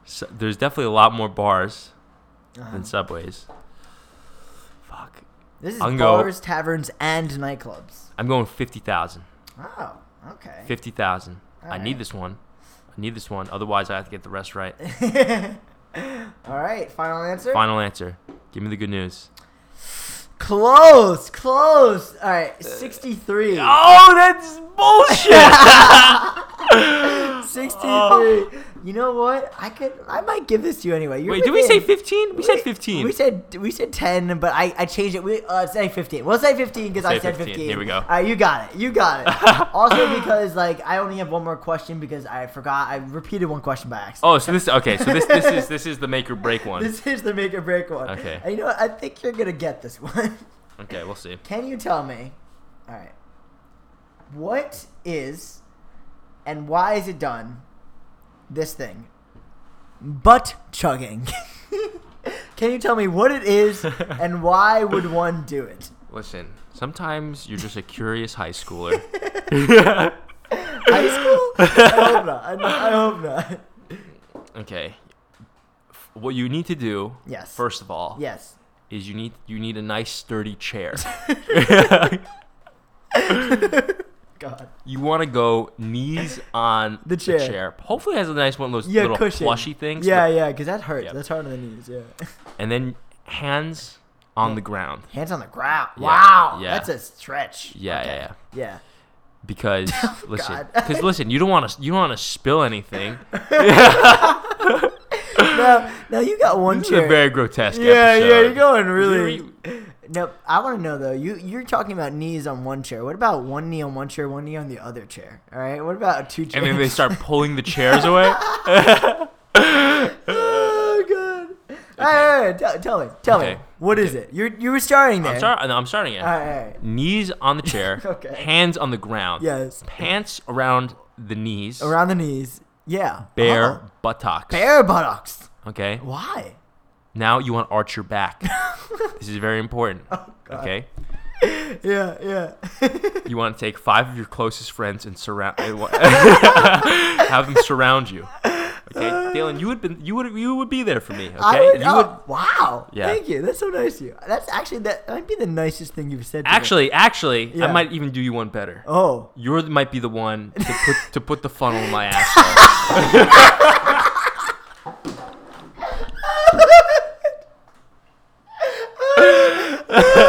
So there's definitely a lot more bars
Uh-huh.
than subways. Fuck.
This is
I can go-
bars, taverns, and nightclubs.
I'm going 50,000.
Oh, okay.
50,000. I need
Alright.
this one. I need this one. Otherwise, I have to get the rest right.
All right. Final answer.
Final answer. Give me the good news.
Close. Close. All
Uh,
right. Sixty-three.
Oh, that's bullshit. Oh.
Sixty-three. You know what? I could. I might give this to you anyway. You're
Wait, did we say
within-
15? We said 15.
We said we said ten, but I, I changed it. We uh, say fifteen. We'll say fifteen because I
Say
said
15.
fifteen.
Here we go.
All right, you got it. You got it. also because like I only have one more question because I forgot I repeated one question by accident.
oh, so this okay, so this this is this is the make or break one.
This is the make or break one.
Okay.
And you know what? I think you're gonna get this one.
Okay, we'll see.
Can you tell me? All right. What is and why is it done? This thing, butt chugging. Can you tell me what it is and why would one do it?
Listen, sometimes you're just a curious high schooler.
High school? I hope not. I, I hope not.
Okay. F- What you need to do,
Yes.
first of all,
Yes.
is you need you need a nice sturdy chair.
God.
you want to go knees on
The chair.
Hopefully, it has a nice one of those
Yeah,
little
cushion.
plushy things.
Yeah, yeah, because that hurts.
Yep.
That's hard on the knees. Yeah.
And then hands on the ground.
Hands on the ground.
Yeah,
Wow.
yeah.
That's a stretch.
Yeah, yeah, yeah.
Yeah.
Because listen,
Oh, God.
because listen, you don't want to you don't want to spill anything.
No, no, you got one
This is a
chair.
very grotesque.
Yeah,
episode.
yeah, you're going really.
Very-
No, I want to know though. You you're talking about knees on one chair. What about one knee on one chair, one knee on the other chair? All right. What about two chairs?
And then they start pulling the chairs away.
oh god. All right, all right, tell, tell me, tell
Okay.
me, what is it? You you were starting there.
I'm sorry. No, I'm starting it.
All right, all right.
Knees on the chair.
Okay.
Hands on the ground.
Yes.
Pants around the knees.
Around the knees. Yeah.
Bare
Uh-oh.
buttocks.
Bare buttocks.
Okay.
Why?
Now you want to arch your back. this is very important.
Oh,
okay.
Yeah, yeah.
You want to take five of your closest friends and surround, have them surround you. Okay, Dylan, you would been you would you would be there for me. Okay,
I would,
you
oh,
would
wow.
Yeah.
Thank you. That's so nice of you. That's actually that might be the nicest thing you've said. to me.
actually actually
Yeah.
I might even do you one better.
Oh.
You might be the one to put to put the funnel in my ass.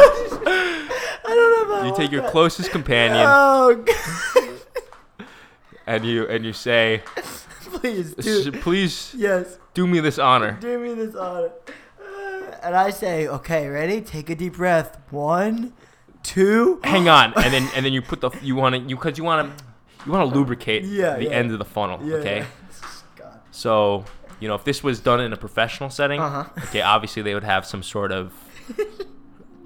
I don't know about
You take your closest companion
Oh, God.
and you and you say,
please,
"S-
dude.
please
Yes.
do me this honor.
Do me this honor. And I say, okay, ready? Take a deep breath. One, two.
Hang on, and then and then you put the you want to you because you want to you want to lubricate
Yeah,
the
yeah.
end of the funnel.
Yeah.
okay,
God.
So, you know, if this was done in a professional setting,
Uh-huh.
okay, obviously they would have some sort of,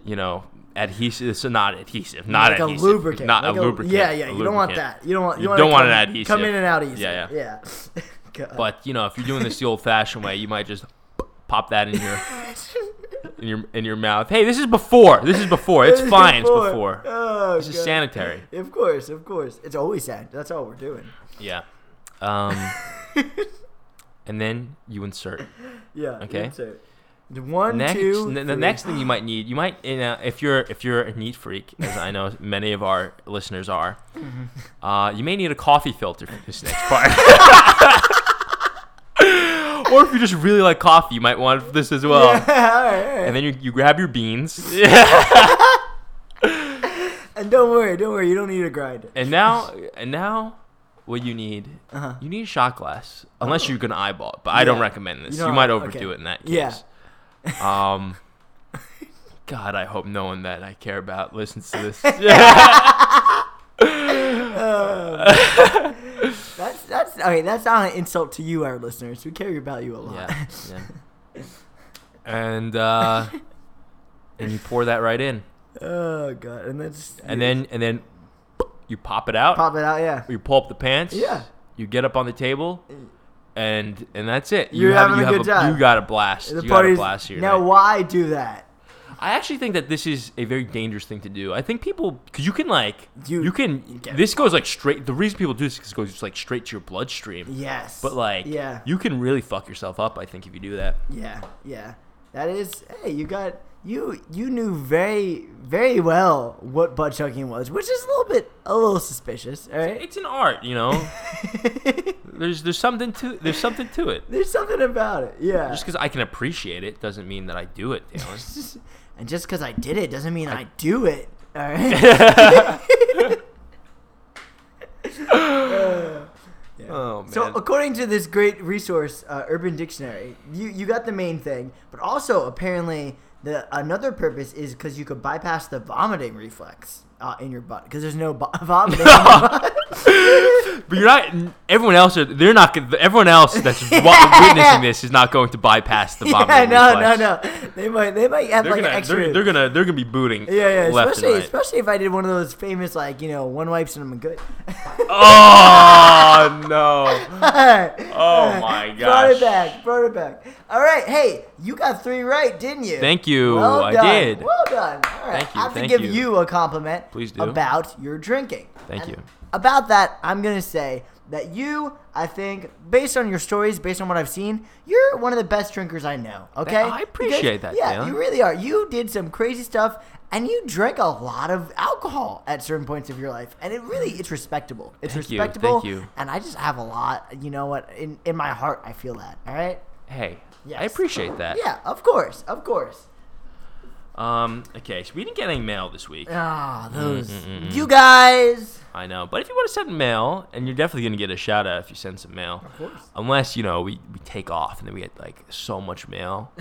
you know, adhesive. It's not adhesive, not
like
adhesive,
a lubricant.
not
like
a lubricant.
Yeah,
a
yeah. You don't want
lubricant.
that. You don't want.
You
wanna
don't want
come-
an adhesive.
Come in and out easy.
Yeah,
yeah. Yeah. God.
But you know, if you're doing this the old-fashioned way, you might just pop that in your in your in your mouth. Hey, this is before. This is before. It's fine. It's before.
Oh,
This is
God.
sanitary.
Of course, of course. It's always sad. That's all we're doing.
Yeah. Um. and then you insert.
Yeah.
Okay.
that's it. One,
next,
two,
n- the
three.
next thing you might need, you might, you know, if you're if you're a neat freak, as I know many of our listeners are,
Mm-hmm.
uh, you may need a coffee filter for this next part. or if you just really like coffee, you might want this as well.
Yeah, all right, all right.
And then you, you grab your beans.
And don't worry, don't worry. You don't need to grind it.
and now and now, what you need,
Um,
you need a shot glass, unless you're gonna eyeball it. But I don't
Yeah.
recommend this.
You
You,
don't-
might overdo
okay.
it in that
Yeah.
case. Um. God, I hope no one that I care about listens to this.
That's that's okay. That's not an insult to you, our listeners. We care about you a lot.
Yeah. yeah. and uh, and you pour that right in,
Oh god, and that's
and then and then you pop it out.
pop it out. Yeah,
You pull up the pants.
Yeah. Mm.
You get up on the table, and and that's it. You
You're
have-
having
you
a
have
good time.
You got a blast.
the
you got a
party's
blast here.
now. Why do that?
I actually think that this is a very dangerous thing to do. I think people, because you can like, you,
You-
can.
you get-
this goes like straight. The reason people do this is 'cause it goes just like straight to your bloodstream.
Yes,
But like,
yeah,
you can really fuck yourself up. I think if you do that.
yeah, yeah. That is, hey, you got you you knew very very well what butt chugging was, which is a little bit a little suspicious. All right,
it's an art, you know. there's there's something to there's something to it.
there's something about it. Yeah,
Just because I can appreciate it doesn't mean that I do it, Dylan.
and just because I did it doesn't mean I, do it. All right.
oh man.
So according to this great resource, uh, Urban Dictionary, you you got the main thing, but also apparently the another purpose is because you could bypass the vomiting reflex uh, in your butt because there's no bo- vomiting. in your butt.
but you're not. Everyone else are. They're not. gonna- Everyone else that's wa- witnessing this is not going to bypass the vomiting.
yeah, no,
reflex.
no, no. They might they might have
They're
like an
gonna,
extra.
they're, they're gonna they're gonna be booting.
yeah, yeah,
Left and
especially
right.
especially if I did one of those famous like you know one wipes and I'm good.
Oh no! Oh my
Brought
gosh!
it back, brought it back. All right, hey, you got three right, didn't you?
Thank you.
Well
I
done.
did.
Well done. All right.
Thank you,
I have
thank
to give
you.
you. a compliment.
Please do.
About your drinking.
Thank
And
you.
About that, I'm gonna say that you, I think, based on your stories, based on what I've seen, you're one of the best drinkers I know. Okay.
I appreciate that,
Yeah,
Dylan.
you really are. You did some crazy stuff. And you drank a lot of alcohol at certain points of your life, and it really—it's respectable. It's
Thank you, thank
respectable,
you.
and I just have a lot. You know what? In in my heart, I feel that. All right.
Hey, I
Yes.
appreciate that.
Yeah, of course, of course.
Um. Okay. So we didn't get any mail this week.
Ah,
Mm,
those you guys.
I know. But if you want to send mail, and you're definitely going to get a shout out if you send some mail. Of
course.
Unless, you know, we, we take off and then we get like so much mail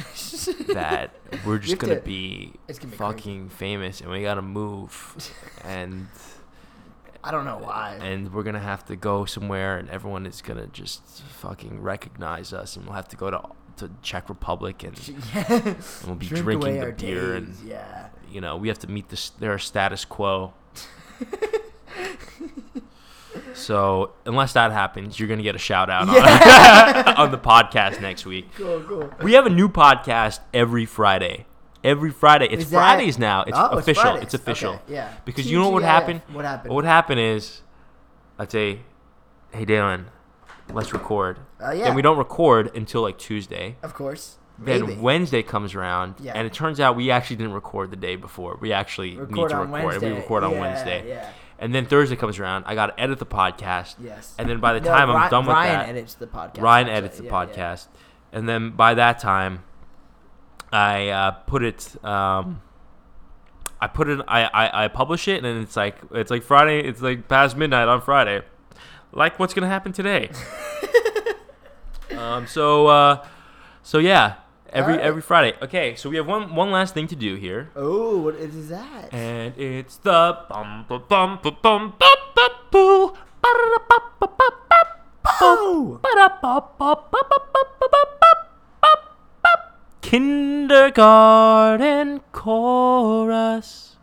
that we're just
have
going to
to-
be
it's gonna be crazy.
fucking famous and we got to move. and
I don't know why.
and we're going to have to go somewhere and everyone is going to just fucking recognize us and we'll have to go to to Czech Republic and,
Yeah.
and we'll be
Drink
drinking
away
the
our
beer
days,
and
yeah.
you know, we have to meet this their status quo. So unless that happens, you're gonna get a shout out on, on the podcast next week.
Cool, cool.
We have a new podcast every Friday. Every Friday. It's
Is that-
Fridays now. It's
Oh, it's
official.
Fridays.
It's, official.
Okay, yeah.
Because you know what would
TGIF.
happen?
What happened?
What would happen is I'd say, Hey Dylan, let's record.
Uh, yeah.
And we don't record until like Tuesday.
Of course.
Then
Maybe.
Wednesday comes around,
Yeah.
and it turns out we actually didn't record the day before. We actually need
Record
to
on
record. and We
Wednesday.
record on
Yeah,
Wednesday.
yeah.
And then Thursday comes around. I got to edit the podcast.
Yes.
And then by the
No,
time I'm
Ry-
done with
Ryan
that,
edits the podcast.
Ryan
actually.
edits the
Yeah, yeah.
podcast, and then by that time, I uh, put it. Um, I put it. I, I I publish it, and it's like it's like Friday. It's like past midnight on Friday. Like what's gonna happen today? um. So. Uh, so yeah. Every
Alright.
every Friday. Okay. So we have one one last thing to do here.
Oh, what is that?
And it's the bum bum bum bum bum bum bum boo. Ba-da-da-ba-ba-ba-ba.
oh,
Kindergarten chorus.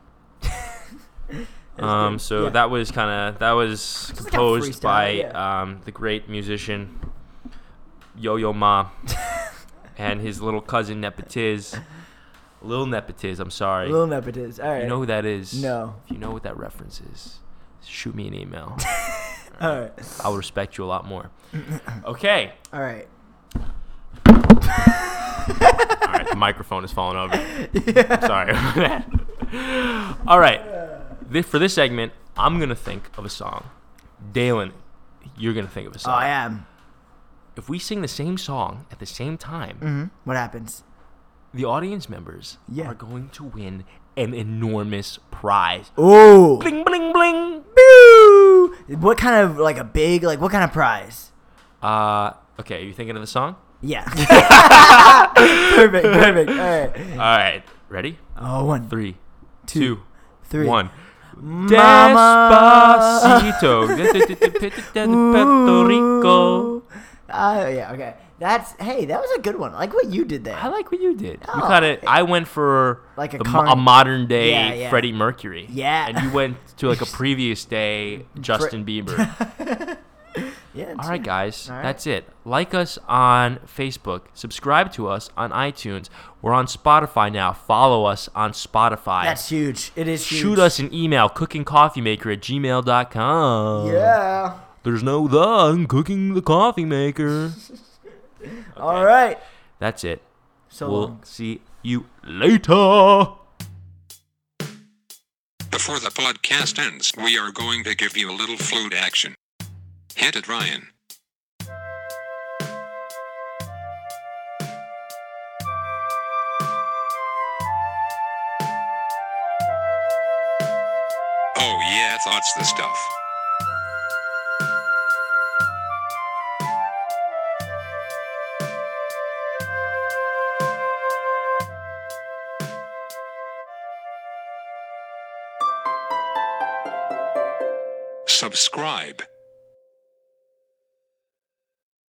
um, so
Yeah.
that was kind of that was
like a
composed
freestyle,
by
yeah.
um, the great musician Yo Yo Ma and his little cousin Nepetiz, Lil Nepetiz. I'm sorry.
little nepotism. All right.
you know who that is?
No.
If you know what that reference is, shoot me an email.
All right.
I'll respect you a lot more. Okay.
All right.
All right, the microphone is falling over. I'm sorry. All right, Thi- for this segment, I'm gonna think of a song. Dalen, you're gonna think of a
Oh,
song.
I am.
If we sing the same song at the same time,
What happens?
the audience members
Mm. Yeah.
are going to win an enormous prize.
Oh.
Bling bling bling.
Boo! What kind of like a big like what kind of prize?
Uh, okay, are you thinking of the song?
Yeah. perfect. Perfect. All right.
All right, ready?
Oh, one, three,
Three,
Two,
two,
three.
one.
Mama.
Despacito. Puerto Rico.
Ooh. Ah, yeah. Okay. That's hey. That was a good one. I like what you did there.
I like what you did. You
Oh.
kind of. I went for
Like a
the mo- a
current-
modern day
Yeah, yeah.
Freddie Mercury.
Yeah.
And you went to like a previous day Justin Bieber.
yeah.
All right, guys,
All right.
that's it. Like us on Facebook. Subscribe to us on iTunes. We're on Spotify now. Follow us on Spotify.
That's huge. It is huge.
Shoot us an email, cookingcoffeemaker at gmail.com.
Yeah.
There's no the I'm cooking the coffee maker.
All right.
That's it.
So
we'll
long.
see you later.
Before the podcast ends, we are going to give you a little flute action. Hit it, Ryan. Oh, yeah, that's the stuff. Subscribe.